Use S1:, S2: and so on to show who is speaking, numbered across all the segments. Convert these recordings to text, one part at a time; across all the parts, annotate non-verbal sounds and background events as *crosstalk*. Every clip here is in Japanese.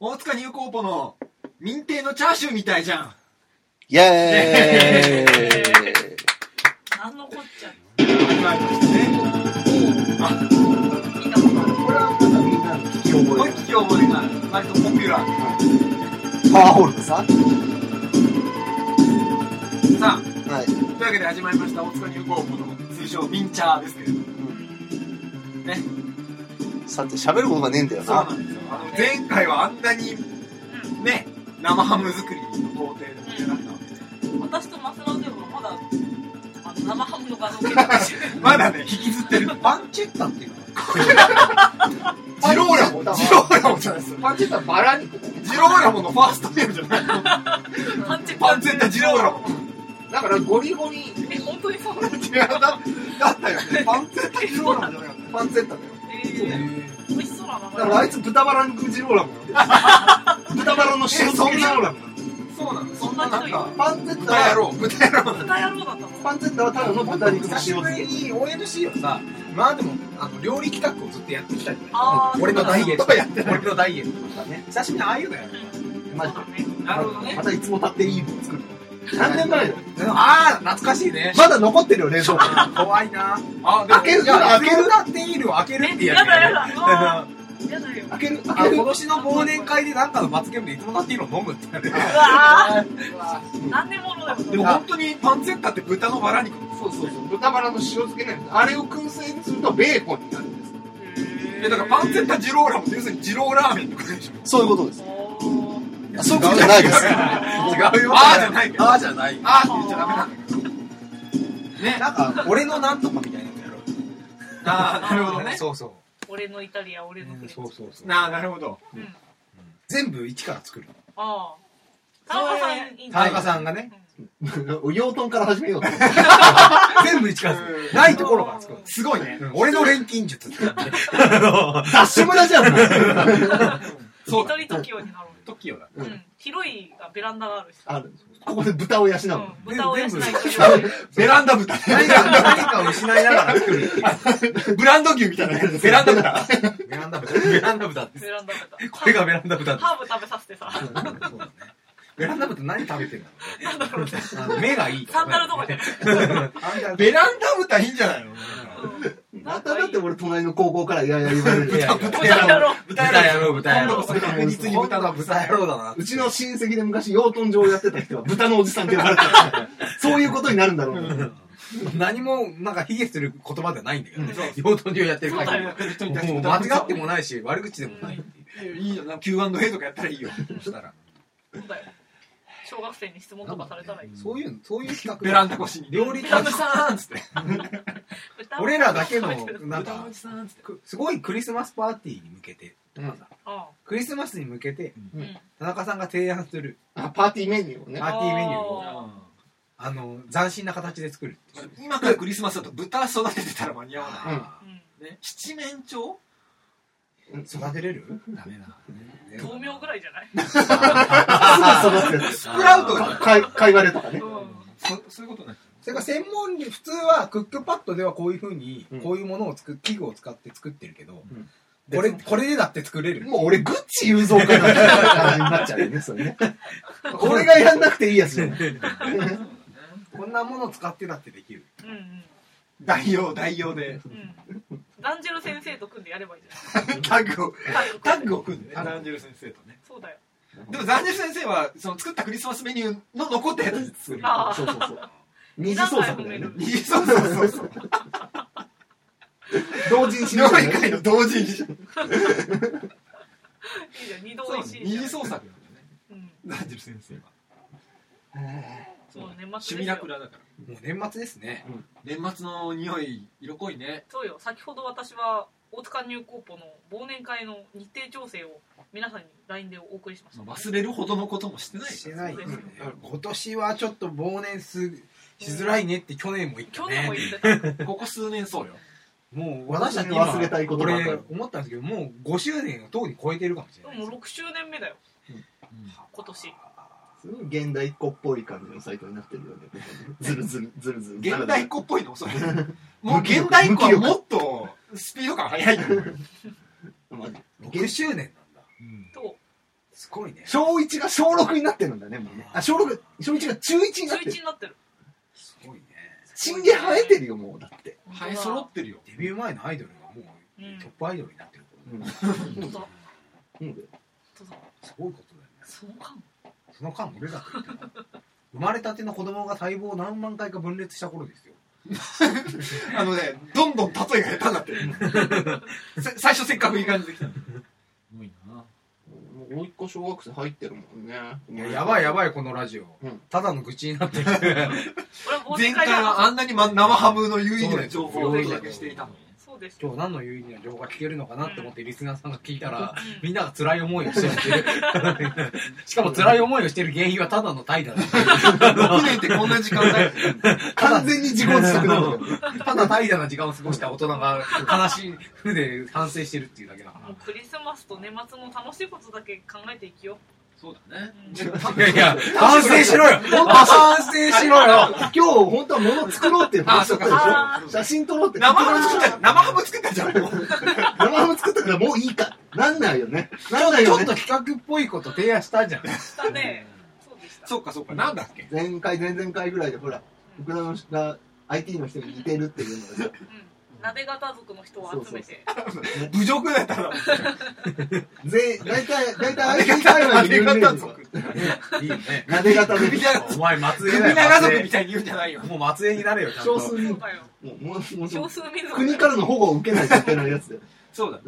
S1: 大塚ニューコーポの民定のチャーシューみたいじゃん
S2: イエーイ
S3: 何のこっちゃ
S1: 今のね
S3: 聞いたことある
S1: これはまだみんな
S2: 聞き覚
S1: 思
S2: え
S1: い
S2: が
S1: っきり覚えがある割とポピュラー
S2: パワーホルさん
S1: さあ
S2: はい。
S1: というわけで始まりました大塚ニューコーポの通称ミンチャーですけれどもね
S2: さて、喋ることがねえんだよ
S1: そう
S2: な
S1: な。んですよあの前回はあんなにね生ハム作りの工程でもってなったわけで
S3: うん私とマスラオでもまだあの生ハムの画像を見てまし
S4: *laughs*
S1: まだね引きずってる
S4: パンチェッタっていうの
S1: *laughs* ジローラモジローラモじゃないです
S4: パンチェッタバラ肉
S1: ジローラモのファーストネームじゃない
S3: パンチェッタ
S1: パンツェッタジローラモ
S4: だからゴリゴリ
S3: え本当にそう
S1: 違うだだったよねパンツェッタジローラモじゃなかった
S2: パンツェッタだよ。
S3: えー、美味しそうな
S2: だ
S3: 名
S2: からあ
S3: 前
S2: いつ豚バラ肉ジローラムなんだよ豚バラの塩漬けジローラムなんだよ
S1: そうなのそんななんか
S2: パンツェッタ
S1: 豚野
S2: は、
S1: 郎豚野郎
S3: 豚野郎だったの
S2: パンツェッタはただの豚肉の
S4: 久
S2: 塩
S4: しぶり
S2: 漬
S4: に ONC をさ今までもあの料理企画をずっとやってきたじゃ
S3: あ
S4: な
S3: ー
S4: い俺のダイエット
S1: ずっとやってる
S4: 俺のダイエット
S2: けだね。
S4: 久しぶりにああいうのやる
S2: マジ
S3: そう
S2: で。
S3: だね
S1: なるほどね
S2: またいつもたっていいもの作る。何年前よ。
S4: ああ懐かしいね
S2: まだ残ってるよ、冷蔵庫。
S4: 怖いな
S1: あ
S2: 開ける
S4: いや
S2: 開
S4: 開
S2: け
S4: け
S2: る
S4: るなっていいの開けるって
S3: や
S4: やつ
S3: だや
S4: や
S3: だうわーやだよ
S2: 開ける
S4: *laughs* あ
S2: 開け
S4: の
S2: る
S4: 今年の忘年会でなんかの罰ゲームでいつもだっていいの飲むってやる
S3: うわー何でものだよ
S1: でも本当にパンツェッタって豚のバラ肉
S5: そうそうそう豚バラの塩漬けなんですあれを燻製にするとベーコンになるんです
S1: えだからパンツェッタジローラモって要するにジローラーメンとかでしょ
S2: そういうことです。
S3: おー
S2: あそういうことじゃないです。
S4: 違うよ
S1: あーじゃないけど
S4: あーじゃない
S1: あーって言っちゃダメなんだけどね
S4: なんか俺のなんとかみたいなやつやろう
S1: ああなるほどね
S4: そうそう
S3: 俺のイタリア俺のフレンチ
S4: そうそうそう
S1: なあなるほど
S3: うん
S4: 全部一から作る
S3: ああ田中さんいいんじゃ
S4: 田
S3: ない
S4: 中さんがね
S2: 養豚から始めようと思って。
S4: 全部一から作るないところから作る
S1: すごいね
S4: うん俺の錬金術って言って
S2: 脱脂村じゃん。
S1: そうだ
S3: 一人時用になろう
S1: 時よだ
S3: よ、うん、広いがベランダがあるし
S2: あるここで豚を養う
S3: う
S2: の
S3: ん。、豚を養いたい
S1: ベランダ豚
S4: 何か何かを失いながら作る
S1: ブランド牛みたいな感じでベランダ豚
S4: ベランダ豚ベランダ豚って
S3: ベランダ豚
S4: *laughs* これがベランダ豚です
S3: ハーブ食べさせ
S4: *laughs*
S3: てさ
S4: そうだねベランダ豚何食べてんだろうねあの目がいい
S3: サンダルとかじゃな
S1: ベランダ豚いいんじゃないの
S3: い
S2: まただって俺隣の高校からいやいや言われる
S4: い。やいや
S3: 豚野郎
S4: 豚野郎豚野
S1: 今度
S4: 郎
S1: こそ確実に豚
S4: 豚の豚野郎だな
S2: うちの親戚で昔養豚場をやってた人は *laughs* 豚のおじさんって呼ばれてた。そういうことになるんだろうね。
S4: 何もなんか卑下する言葉ではないんだけどね養豚場やってる
S3: そうだ
S4: 限
S3: よ
S4: りもう間違ってもないし悪口でもないっていう
S1: いいよな Q&A とかやったらいいよ
S4: そしたら
S3: そうだよ小学生に質問とかされたらいい
S4: そういうのそういう企画
S1: ベランダ越しに
S4: 料理家のさんっつって
S3: 豚
S4: *laughs* 俺らだけのなん
S1: 豚
S4: か
S1: のおじさんっつって
S4: くすごいクリスマスパーティーに向けてとかさ
S3: あ
S4: クリスマスに向けて
S3: あうん
S4: 田中さんが提案する
S5: あパーティーメニューをね
S4: パーティーメニューを
S3: あ
S4: あの斬新な形で作るっていう
S1: 今からクリスマスだと豚育ててたら間に合わな
S4: あ
S3: ーう
S1: いね七面鳥
S4: ー育てれるダメだ
S3: ん豆苗ぐらいじゃない
S2: すぐ育つやつ。
S1: スプラウトが
S2: かい、 *laughs* かいわれとかね。
S1: そそういうことね
S4: それから専門に普通はクックパッドではこういうふうに
S2: うん
S4: こういうものを作る器具を使って作ってるけど
S2: うん
S4: これこれでだって作れる
S2: もう俺、グッチ雄三かなみたいな感じになっちゃうよね、それね。俺がやんなくていいやつじゃない。 *laughs*
S4: こんなものを使ってだってできる
S3: うんうん
S1: 代用代用で
S3: うんランジェル先生と組んでやればいいじゃ
S1: タッグを
S4: *laughs*
S3: ない
S1: タッグを組んでね
S4: タッグ
S1: ザンジェル先生とね
S3: そうだよ
S1: でもザンジェル先生はその作ったクリスマスメニューの残ったやつ作る
S3: あ
S2: そうそうそう。二次創作だよね。
S1: *laughs* そうそうそうそう
S2: *laughs* 同人誌
S1: 料
S2: の
S1: 理
S2: *laughs*
S1: 界の同時に
S3: いいじゃん二度
S1: そう
S3: お
S1: ね
S3: いしい
S1: 二
S3: じゃん
S1: 次創作なんだよね
S3: うん
S1: ザンジェル先生は
S3: そう年
S1: シ
S3: 末
S1: ミ
S3: です
S1: ラ
S3: よ
S1: クラだから
S4: もう年末ですね
S1: 年末の匂い色濃いね
S3: そうよ先ほど私は大塚入高校の忘年会の日程調整を皆さんに LINE でお送りしました、
S1: 忘れるほどのこともしてない
S4: しないですね
S3: そうです
S1: よ
S4: 今年はちょっと忘年すしづらいねって去年も言った
S3: 去年
S4: ね
S3: も言ってた
S1: ここ数年そうよ
S4: もう私たち
S2: 忘れたいことがある
S4: 俺思ったんですけどもう5周年をとうに超えてるかもしれない
S3: もう6周年目だよ今年
S2: すごい現代っ子っぽい感じのサイトになってるよね。 *laughs* ずるずる、ずるずる。
S1: 現代っ子っぽいのそれもう現代っ子はもっとスピード感速いと思うよ
S2: まあ
S4: 6周年なんだ
S3: と
S4: すごいね。
S2: 小1が小6になってるんだね、もうね。あ、小6、小1が中1にな
S3: 中
S2: ってる
S3: 1。になってる
S4: すごいね。
S2: チンゲ生えてるよ、もう、だって。
S1: 生え揃ってるよ
S4: デビュー前のアイドルがもう、
S3: うん
S4: トップアイドルになってるってこと
S2: うん
S3: 本当だ
S2: うん
S3: 本当だ
S4: すごいことだよね。
S3: その間
S4: その間俺らといたら生まれたての子供が細胞を何万回か分裂した頃ですよ。
S1: あのねどんどん例えが下手になってる
S3: *laughs*
S1: さ最初せっかくいい感じできたのに
S6: ごいな。
S5: もう一個小学生入ってるもんね。
S4: いややばいや
S5: い。
S4: ばいこのラジオ、
S5: うん
S4: ただの愚痴になってる
S3: 俺は忘
S1: 前
S3: 年
S1: 回
S3: 会
S1: はあ
S3: だ
S1: んなにま生ハムの有意義な情報を
S3: そう
S1: 提
S3: です
S1: 供していたのに
S3: そうです
S4: 今日何の有意義な情報が聞けるのかなって思ってリスナーさんが聞いたら
S3: うん
S4: みんなが辛い思いをしてるっていう
S5: *laughs*
S4: しかも辛い思いをしてる原因はただの怠惰だ
S1: 6年ってこんな時間ない
S2: 完全に自業自得なのよ。
S4: ただ怠惰な時間を過ごした大人が悲しい風で反省してるっていうだけだか
S3: もうクリスマスと年末の楽しいことだけ考えていきよ
S6: そうだね
S1: *laughs*
S3: う。
S4: らいやいや反省しろよ反省しろよ
S2: 今日、本当は物作ろう
S1: *laughs*
S2: っていう話だったでしょ
S3: あ
S2: 写真撮ろうって。
S1: 生ハム作った生ハム作ったじゃんもう
S2: 生ハム作ったからもういいか。なんないよね。なんない
S4: ち
S2: よ
S4: ょっ
S2: ね
S4: と。企画っぽいこと提案したじゃん
S3: あしたねそうでした
S1: そうかそうかなんだっけ
S2: 前回、前々回ぐらいで、ほら、ウクライナの人が IT の人に似てるっていうのがさ、
S3: うん鍋型族の人を集めて
S1: 侮辱だったら
S2: ぜ大体、大体
S1: あれ
S2: IT 界
S1: 型
S2: 隈
S1: あ
S2: の
S1: れ
S2: 有名
S1: 型
S2: 人
S1: 族
S4: いいよね
S2: なで型で
S1: 首。長
S4: お前松江だよ
S1: 首長族みたいに言うんじゃないよ
S4: もう末裔になれよ、ちゃん
S2: 少
S4: と。
S2: 数
S3: そ
S2: 民
S3: うだよ
S2: もう、もう、もう、
S3: 少数民族
S2: 国からの保護を受けないといけないやつで。
S1: そうだ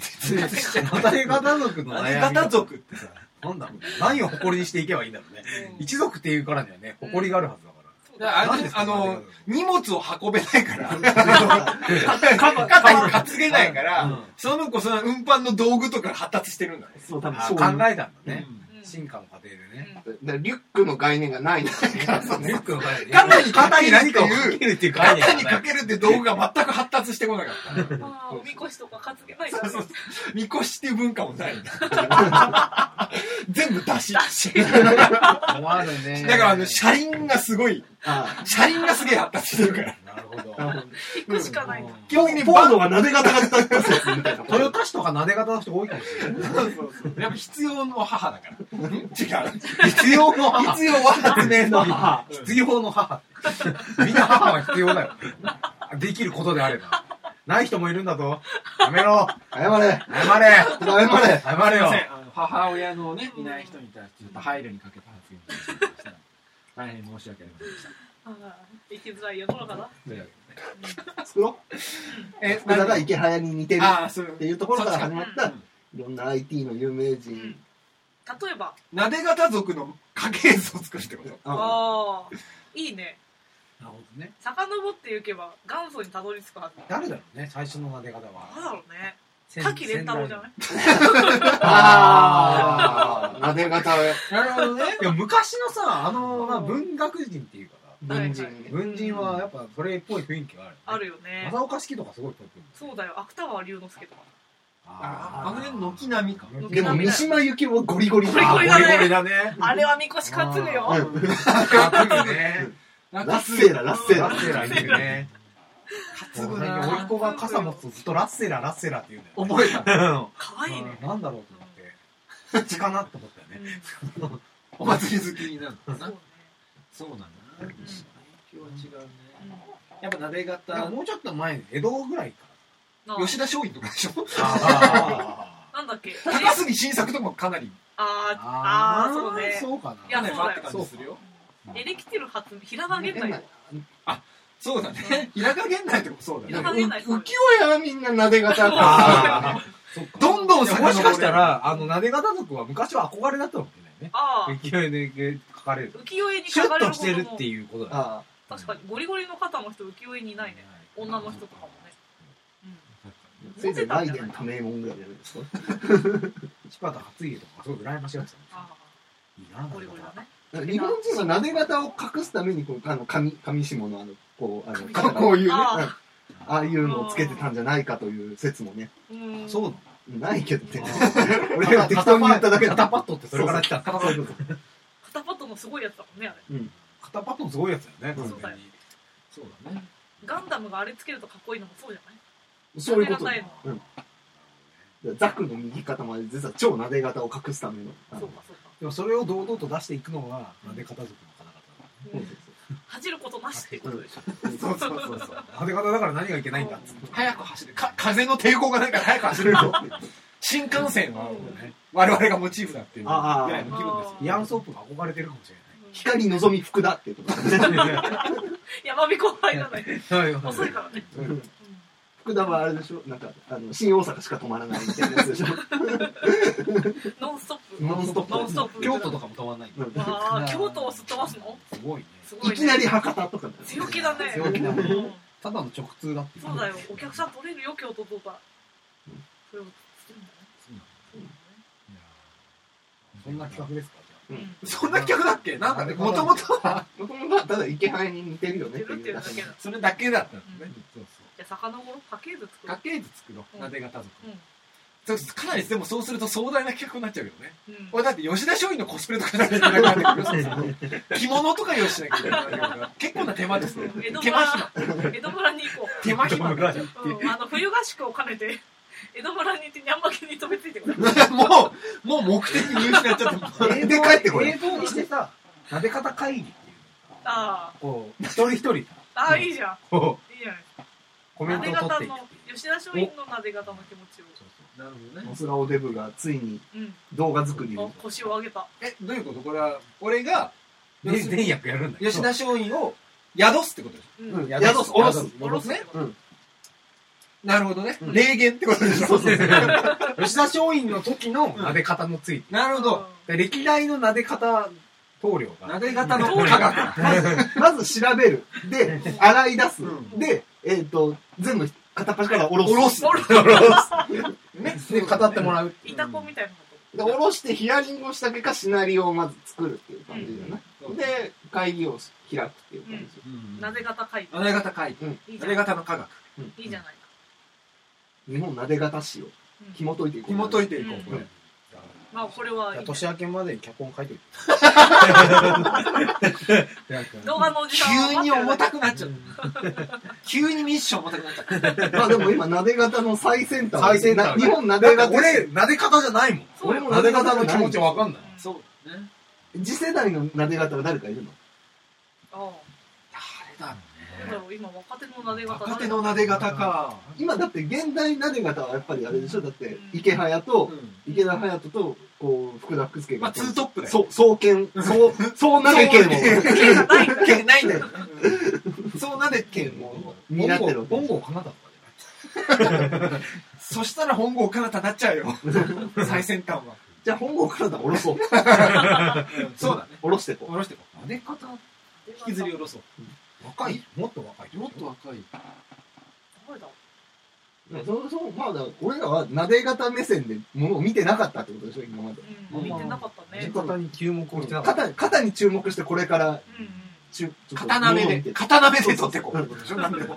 S4: 家家族の
S1: あれ
S4: 悩み
S1: 型族ってさ
S4: なんだろうね何を誇りにしていけばいいんだろうね。
S3: うん
S4: 一族っていうからにはね、誇りがあるはずだか
S3: そう
S1: だからあ
S3: だよ
S1: れ
S4: なんですか
S1: あ
S4: それ
S1: の荷物を運べないから
S4: ら。
S1: *laughs* 肩に担げないから、
S4: うん
S1: その子その運搬の道具とか発達してるんだね
S2: そう、多分
S4: あ
S2: そう
S4: 考
S2: いう。
S4: えたんだね。
S3: うん
S4: 進化の過程でね。
S5: だからリュックの概念がないんだからさ。
S4: リュックの前で
S1: 肩に
S4: 肩
S1: 肩
S4: に
S1: に何
S4: 何か
S1: か
S4: を
S1: を
S4: か
S1: か
S4: けるっていう概念
S1: 肩
S4: が
S1: に
S4: な
S1: か
S4: い。
S1: けるって道具が全く発達してこなかった
S3: うんまあおみこしとか担げないか
S1: そう
S3: ら
S1: そうみこしっていう文化もないんだ *laughs* 全部出し
S4: 困るね。
S1: だからあの車輪がすごい
S2: あ
S1: 車輪がすげえ発達してるから
S4: なるほど
S2: あ。なるほど
S3: 行くしかないんだ
S1: 基本的に
S2: ポー
S1: バ
S2: ドがなで型が立った説みたいな。
S4: トヨタ市とか撫で方の人多いかもしれない。
S1: そうそうそうやっぱ必要の母だからん違う必
S4: 必要の母。
S1: 要は発明の母
S2: *laughs* あ
S4: 必要の母。みんな母は必要だよ。できることであれば。ない人もいるんだぞ。やめろ。
S2: あ謝れ
S4: 謝れ。
S2: 謝
S6: すい
S2: れ
S4: 謝れよ
S6: ま。せんあの母親のね、いない人に対して、ちょっと配慮にかけた発言をしてしまいました。大変申し訳ありませんでした。
S3: あー生きづらい世の中だ
S6: というわけで
S2: 作ろう。
S1: え
S2: 福田が池早に似てる
S1: ああそう
S2: っていうところから始まった、
S6: う
S2: い
S6: ん
S2: ろんな IT の有名
S3: うん
S2: 人。
S3: 例えば
S1: なで型族の家系図を作るってこと
S2: あ
S3: ああいいね
S4: なるほどね。
S3: 遡っていけば元祖にたどり着くはず
S4: 誰だろうね、最初の撫で方
S3: なん
S4: は。
S3: だろうね
S4: 先
S3: 滝蓮太郎じゃない
S5: ああ、なで型
S4: なるほどね。いや、昔のさ、あの、まあ、文学人っていうか
S5: 文人
S3: はいはい
S4: さ、文人はやっぱそれっぽい雰囲気がある、
S3: あ。るよね
S4: 正岡式とかすごいっぽい。
S3: そうだよ芥川龍之介とか
S1: ああの辺軒並みか
S2: ーでも三島由紀夫はゴリゴリ
S3: ゴリゴリだね
S4: ゴリゴリだね。
S3: あれはみこし担ぐよ
S2: うん
S4: あ、来るね。
S1: なん
S2: ラ
S1: か
S2: ッセーラ、ラッセー
S4: ラ
S2: ラ
S4: ッ。セラーいるね。
S1: 担ぐ
S4: もう最近甥
S1: な
S4: っ子が傘持つとずっとラッセラー、ラッセラーって言うんだよ、
S1: 覚えた
S4: うん
S3: かわいいね
S4: なんだろうと思って。こっちかなと思ったよね。
S1: お祭り好きになる
S3: う
S1: の
S3: ん
S1: かな
S3: そうね
S6: そうだな。
S3: ん
S6: 影響は違うね。やっぱなで
S4: だから
S6: 方。
S4: もうちょっと前に江戸ぐらいか
S3: な
S1: 吉田松陰とかでしょ
S4: あ
S3: なんだっけ
S1: 高杉晋作とかもかなり
S3: あーあーそうね
S4: そうか
S3: いや
S4: な。
S1: ね
S3: そう
S1: 回
S3: だよ
S1: って感じするよ
S3: エレキテル発平賀源内
S1: そうだね平賀源内とかもそうだ
S3: 平
S1: ね
S3: 賀源内
S5: 浮世絵はみんななで型
S4: あそっか
S1: どんどん遡れ
S4: もしかしたら、あの、なで方族は昔は憧れだったのかもしれ
S3: ああ
S4: ないね。勢いで書かれる。
S3: 浮世絵に
S4: シ
S3: 書
S4: ュ
S3: か
S4: ッ
S3: れ
S4: と
S3: る
S4: し
S3: ほ
S4: て
S3: ど
S4: る
S3: の
S4: っていうことだ。
S2: あ
S3: 確かにゴリゴリの方の人浮世絵にいないね女の人とかもねうん
S2: あ。せいぜいライデン多名門ぐらいやるんですか
S4: 柴田勝家とかすごい羨ましがってたもん
S3: あ
S4: いいな
S3: ーゴリゴリだね
S2: 日本人はなで型を隠すためにこうあの紙紙下のあのこうあの
S5: こ
S2: 肩
S5: こ
S2: が
S5: ういうね。
S3: あ
S2: ああいうのをつけてたんじゃないかという説もね
S3: あうん
S4: そうなの
S2: ないけどね
S4: あ
S2: 俺が適当に言っただけだ
S4: 肩パッドってそれから来
S2: そ
S4: た。
S2: うそうそう
S3: 肩パッドもすごいやつだもんねあれ
S4: 肩パッドもすごいやつだよね、
S3: うん
S4: 完全に。
S6: そうだね。
S3: ガンダムがあれつけるとかっこいいのもそうじゃない
S2: そういうこと
S3: なで型への
S2: うんザクの右肩まで実は超撫で型を隠すための。あの
S3: そうかそうか
S4: でもそれを堂々と出していくのはなで方族の方々
S2: そうそう
S3: 恥じることなしっていうことでしょ
S4: そうそうそうそうなで方だから何がいけないんだっつって
S1: 早く走るか風の抵抗がないから早く走れ
S3: *laughs*
S1: るぞ新幹線はもうね我々がモチーフだっていうぐ
S2: ああ
S1: らいの気分です
S3: あ
S4: イアンソープが憧れてるかもしれな
S2: 光のぞみ福田っていうところ。
S3: 山彦は入らない
S4: い
S3: 遅いからね
S2: 福田はあれでしょなんか、あの、新大阪しか止まらないみたいなやつで
S3: *laughs*
S2: しょ
S3: ノンストップ
S2: ノンストップ
S3: ノンストップ
S4: 京都とかも止まんないんだ
S2: *laughs* うん
S3: ああ京都をすっ飛ばすの
S4: すごいね
S3: すごいね
S2: いきなり博多とかね
S3: 強気だね
S4: 強気だね
S3: うん
S4: ただの直通だっていう
S3: そうだよお客さん取れるよ京都とかそれを作るんだね
S4: そんな企画ですか
S7: そんな企画だっけなんかね、もともとは。
S2: もともとはただイケハイに似てるよね
S3: 出
S2: って
S3: るっ
S2: い
S3: ていううだ
S2: だけ
S3: け
S2: で
S3: だ
S1: それだけだったの
S3: う
S1: ねそう
S3: じゃあ魚ごろ家系図
S1: そう家
S3: 作
S1: 系図作ろ
S3: う
S1: うんなで型族
S3: ろう
S1: そうですかなりでもそうすると壮大な企画になっちゃうよね
S3: うんうん
S1: 俺だって吉田松陰のコスプレとかしなきゃいけなくなってくる
S2: *laughs*
S1: そう着物とか用意しなきゃいけないから結構な手間ですね
S3: 江戸
S1: 手間暇
S3: 村江戸村に行こ
S1: 手間暇だ
S3: う、うん、あの冬合宿を兼ねて江戸村に行ってにゃんまけに飛びついてくる
S1: もうもう目的見失っちゃった
S4: じゃあ
S2: で帰ってこい
S4: 映像にしてさ *laughs* なで方会議っていう
S3: あ
S4: こう一人一人
S3: あああいいじゃん
S4: こ
S3: いいじゃない
S4: うコメントを取
S3: な
S4: っ
S3: で
S4: ていく
S3: 方の吉田松陰のなで方の気持ちを
S1: なるほどね
S2: モスラオデブがついに
S3: うん
S2: 動画作り
S3: お
S2: を
S3: 腰を上げた
S1: えどういうことこれは俺が
S4: で全役やるんだけど
S1: 吉田松陰を宿すってことでし
S3: う
S2: うん
S3: ん
S2: 宿す下ろす
S1: ょ
S3: ろすね
S1: ょなるほどね
S2: うん
S1: 霊言ってことでし
S2: そ
S1: ょ
S2: うそうそう
S4: 吉田松陰の時の撫で方のついて、
S1: なるほど
S4: で歴代の撫で方棟梁が *laughs*
S1: なで型の
S3: 通
S1: 科
S3: り
S1: 学
S2: まず調べる
S4: *laughs*
S2: で洗い出す
S1: う
S2: でえっと全部片っ端から下ろす
S1: 下ろす
S3: おろ
S1: ね
S4: で語ってもらう
S3: いたこみたいなこ
S2: で下ろしてヒアリングをした結果シナリオをまず作るっていう感じだね
S1: うん
S2: で会議を開くっていう感じ
S3: となで方会
S1: なで型会
S3: 議いい
S1: な
S3: じ
S1: で
S3: ゃない
S1: 型の科学
S3: いいじゃないか
S2: 日本なで型史を
S3: うん
S2: 紐解いていこう
S1: 紐解いていこうこれ
S3: まあこれはいいね
S4: 年明けまで脚本書いておいて
S3: 動画のおじさん
S1: 急に重た
S3: く
S1: くなっちゃう急にミッション重たくなっちゃう
S2: まあでも今なで型の最先端
S4: 最先
S2: な
S4: 端
S2: 日本な
S4: だ
S2: で
S4: って
S2: 型
S4: 俺なで方じゃないもん
S3: そうよ
S2: 俺も
S4: なで方の気持ちわかんない
S3: そう
S1: だね
S2: 次世代のなで型は誰かいるの
S3: あ
S1: 誰だろ
S3: あだから今若手のなで
S1: うね
S3: 方
S1: 若手のなで型か
S2: 今だって現代なで型はやっぱりあれでしょだって
S3: うん
S2: 池早と
S1: うん
S2: 池田隼人とこう福田福助が
S1: まあツートップだよ
S2: そう双剣
S1: *laughs*
S2: そうそうなで剣を
S3: 手がないんだ
S1: 剣ないんだよそうなで剣も
S2: 担ってるわけ
S4: 本郷かなだった
S1: そしたら本郷からたなっちゃうよ最先端は
S2: *laughs* じゃあ本郷からだ下ろそう
S1: *laughs* そうだね
S2: 下ろしてこ
S1: 下ろしてこう
S4: なで方
S1: 引きずり下ろそう
S4: 若いもっと若い
S1: 若い
S3: 誰だ
S2: うそうそうまあだから俺らはなで型目線でものを見てなかったってことでしょ今まで
S3: うん見てなかった
S4: なで
S3: ね
S4: 方に注目をしてなかった
S2: 肩肩に注目してこれから
S3: うんうん
S2: ちゅちょっと
S1: 刀
S2: ものを見
S1: 目
S2: て *laughs*
S1: で刀目で取ってこうってことでしょなんでも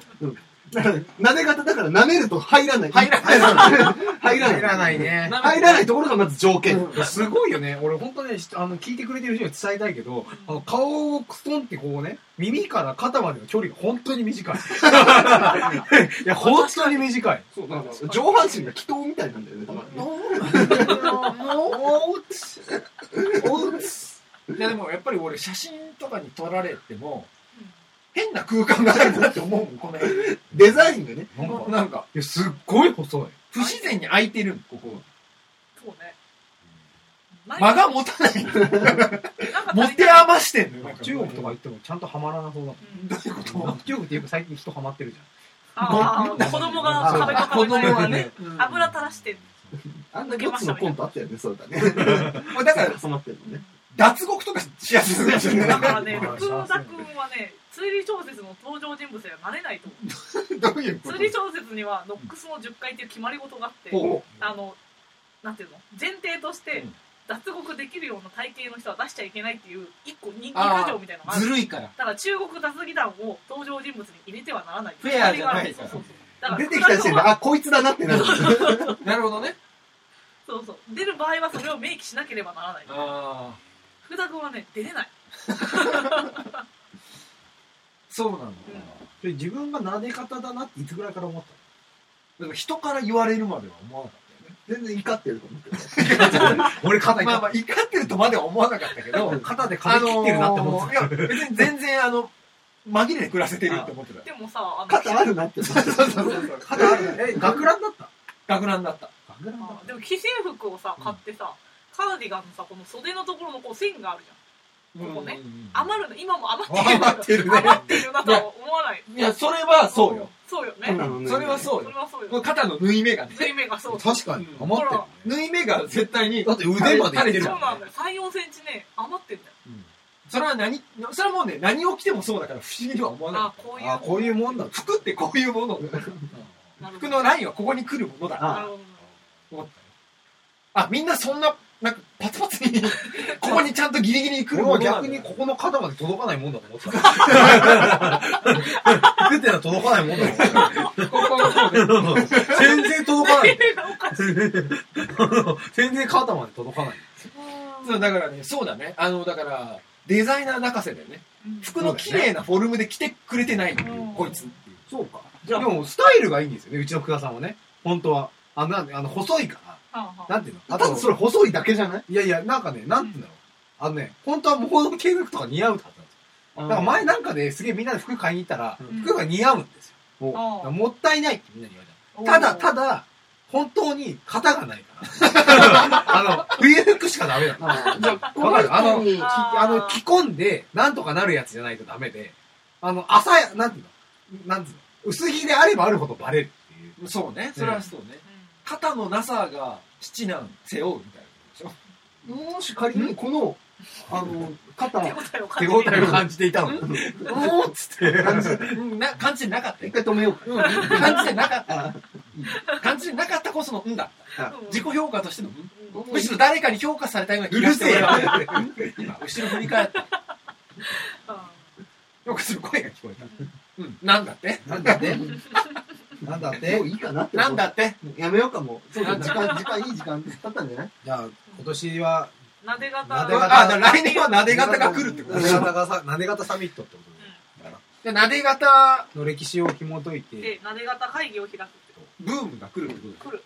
S2: だからなで型だから舐めると入らない
S1: 入ら
S2: な
S1: *laughs*
S2: い入らない
S4: 入らないね
S2: 入らないところがまず条件、
S4: すごいよね俺本当ねしあの聞いてくれてる人には伝えたいけどあの顔をクスンってこうね耳から肩までの距離が本当に短いいや本当に短い
S2: そうだから上半身が祈祷みたいなんだよねだからね
S1: いやでもやっぱり俺写真とかに撮られても変な空間があるなって思うもんこの辺
S2: デザインがね
S4: なんか
S1: このなんか
S4: いやすっごい細い
S1: 不自然に空いてるここ
S3: そうね
S1: が間が持たない
S3: なんか
S1: 持
S3: 足り
S1: て
S3: ない
S1: 余してんのよなん
S4: 中国とか行ってもちゃんとはまらなそうだ
S3: うん
S1: どういうこと
S4: 中国ってよく最近人はまってるじ
S3: ああ子供が壁と壁のようにね油垂らして
S2: あんなゴツのコントあったよねそ
S1: *laughs*
S2: うだね
S1: もうだから
S2: 挟まってるのね
S1: 脱獄とかしやすいですよね
S3: だからね福田君はね推理小説の登場人物にはなれないと思
S1: どういうこ
S3: う
S1: と
S3: 推理小説にはノックスの10回っていう決まり事があって
S1: ほ
S3: あのなんていうの前提として脱獄できるような体型の人は出しちゃいけないっていう一個人気過剰みたいなのがあ
S1: ず
S3: る
S1: るいから
S3: だから中国脱撃団を登場人物に入れてはならない
S1: フェアじゃない
S3: そうそうそうだから
S2: 出てきた時点であこいつだなってなる
S1: なるほどね
S3: そうそう出る場合はそれを明記しなければならない
S1: ああ
S3: 福田君はね出れない
S1: そうなの
S4: ゃん自分が撫で方だなっていつぐらいから思った
S1: でも人から言われるまでは思わなかったよね
S2: 全然怒ってると思うけど。
S4: 俺肩
S1: まあ
S4: 痛
S1: まあ、怒ってるとまでは思わなかったけど、
S4: 肩で髪切ってるなって思っ
S1: あのー
S4: て
S1: いや、別に全然、あの、紛れて暮らせてるって思ってたよ。
S3: でもさ、あの、
S2: 肩あるなって思って。
S1: そうそうそう。
S4: 肩あるねえ学ランだった
S1: 学ランだった。
S4: 学ランだ
S3: あでも既製服をさ、買ってさ、カーディガンのさ、この袖のところのこう線があるじゃん。ここね。余るの、今も余ってる
S1: 余ってるね
S3: 余ってるなとは思わない。
S1: いや、それはそうよ。。
S3: そうよね。
S2: 肩のね
S1: それはそ
S3: そうれ
S1: よ。
S3: はそう
S1: この
S3: よ。
S1: 肩の縫い目がね。
S3: 縫い目がそう。
S4: 確かに
S1: うん
S4: 余ってるね
S1: 縫い目が絶対に
S4: だ、って腕までい
S1: て
S4: ってる
S1: る
S3: そ
S4: も
S3: うんなんだよ。3、4センチね、余ってんだよ。
S1: それは何、それはもうね、何を着てもそうだから不思議には思わ
S3: あ
S1: な
S3: こういう。
S4: あこういうもんだ
S1: い。服ってこういうもの。
S3: なるほ
S1: 服
S3: ど
S1: のラインはここに来るものだ。
S3: なる
S2: あ、
S3: ほど。
S1: あ、みんなそんな、なんかパツパツに、ここにちゃんとギリギリに来
S4: 俺
S1: るも
S4: は
S1: のなん
S4: 逆
S1: だ
S4: にここの肩まで届かないもんだと思ってた服ってのは届かないもんだと思ってた
S1: ここがこうで
S4: 全然届か *laughs* ない。
S3: 手がおかしい。
S4: 全然肩まで届かない。
S1: そうだからね、そうだね。あの、だから、デザイナー泣かせだよね。服の綺麗なフォルムで着てくれてないっていう
S3: うん
S1: こいつ。
S4: そうか。
S1: じゃあ
S4: でも、スタイルがいいんですよね、うちの福田さんはね。本当は。あの、なんで、あの、細いか
S3: はんはん
S4: ら。なんていうの
S2: あ
S4: あ
S2: と
S4: と、
S2: それ細いだけじゃない
S4: いやいや、なんかね、なんていうんだろう。あのね、本当は模倣の計画とか似合うはずなんですよ。だから前なんかですげえみんなで服買いに行ったら、
S1: うん
S4: 服が似合うんですよ。だ
S3: あ
S4: からもったいないってみんなに言われ
S3: あ
S4: た。ただ、ただ、本当に型がない *laughs* から。あの、冬服しかダメなの。
S5: あじゃあ、
S4: わかるあの
S5: に
S3: あ
S4: きあの、着込んで、なんとかなるやつじゃないとダメで、あの、浅い、なんていうのなんていうの薄着であればあるほどバレるっていう。
S1: そうね。それはそうね。
S3: う
S1: 肩のなさが父なん背負うみたいなことでしょ。
S2: もし仮にこの、あの、肩、
S3: ん手応えを
S4: 手
S3: 感
S4: 応
S3: じてる。
S4: えを感じていたの。おおっつって。
S1: うん *laughs* な感じてなかった
S2: 一
S1: よ。
S2: 回止めようか。
S1: うん、感じてなかっ
S2: あ
S1: た。感じてなかったこその、うんだ。
S3: うん
S1: 自己評価としての、うん
S3: うん
S1: むしろ誰かに評価されたような気がして、
S4: うるせえよ
S1: 俺は今、後ろ振り返った。よくする声が聞こえた。うん、なんだって
S2: なんだって
S4: なんだっ
S2: も
S4: て
S2: ういいかなって思
S1: な
S2: うん
S1: だって
S2: やめようかもう。そう
S1: なん
S2: だ、
S1: だ
S2: 時間、時間、いい時間だったんじゃない
S4: *laughs* じゃあ、今年は、
S3: なで型。
S4: な
S1: あ、
S4: で
S1: だ
S4: 型
S1: から来年は撫で型が来るってこ
S4: な
S1: と
S4: で
S1: でしょ。
S4: 型がさ、なで型サミットってこと
S1: で撫で型
S4: での歴史を紐解いて、
S3: で、なで型会議を開くってこ
S1: ブームが来るってことでしょ
S3: 来る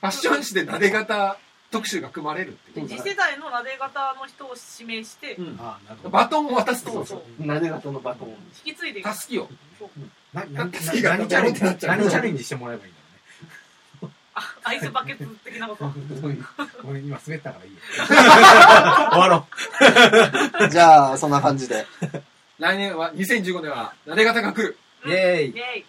S1: ファッション誌で撫で型特集が組まれるって
S3: と
S1: こ
S3: 次世代のなで型の人を指名して、
S1: と。うん
S4: ああ、なるほど。
S1: バトンを渡すってこと
S3: そう
S1: でし
S3: そ
S1: ょ
S3: う。
S2: なで型のバトン。
S3: 引き継いでいく
S1: た。すきを。
S4: なな
S1: なん
S4: 何
S1: か
S4: チ
S1: 好きが
S4: ャレンジ、
S1: なっ
S4: 何
S1: ち
S4: チ
S1: ゃう
S4: ャレンジしてもらえばいいんだ
S3: あアイスバケツ的なこと。
S4: ろうね。俺今滑ったからいいよ。
S1: *laughs*
S4: *laughs* 終わろう。
S2: じゃあ、そんな感じで。
S1: 来年は、2015年は、なで型が来る。
S4: イェーイ
S3: イ。ェイ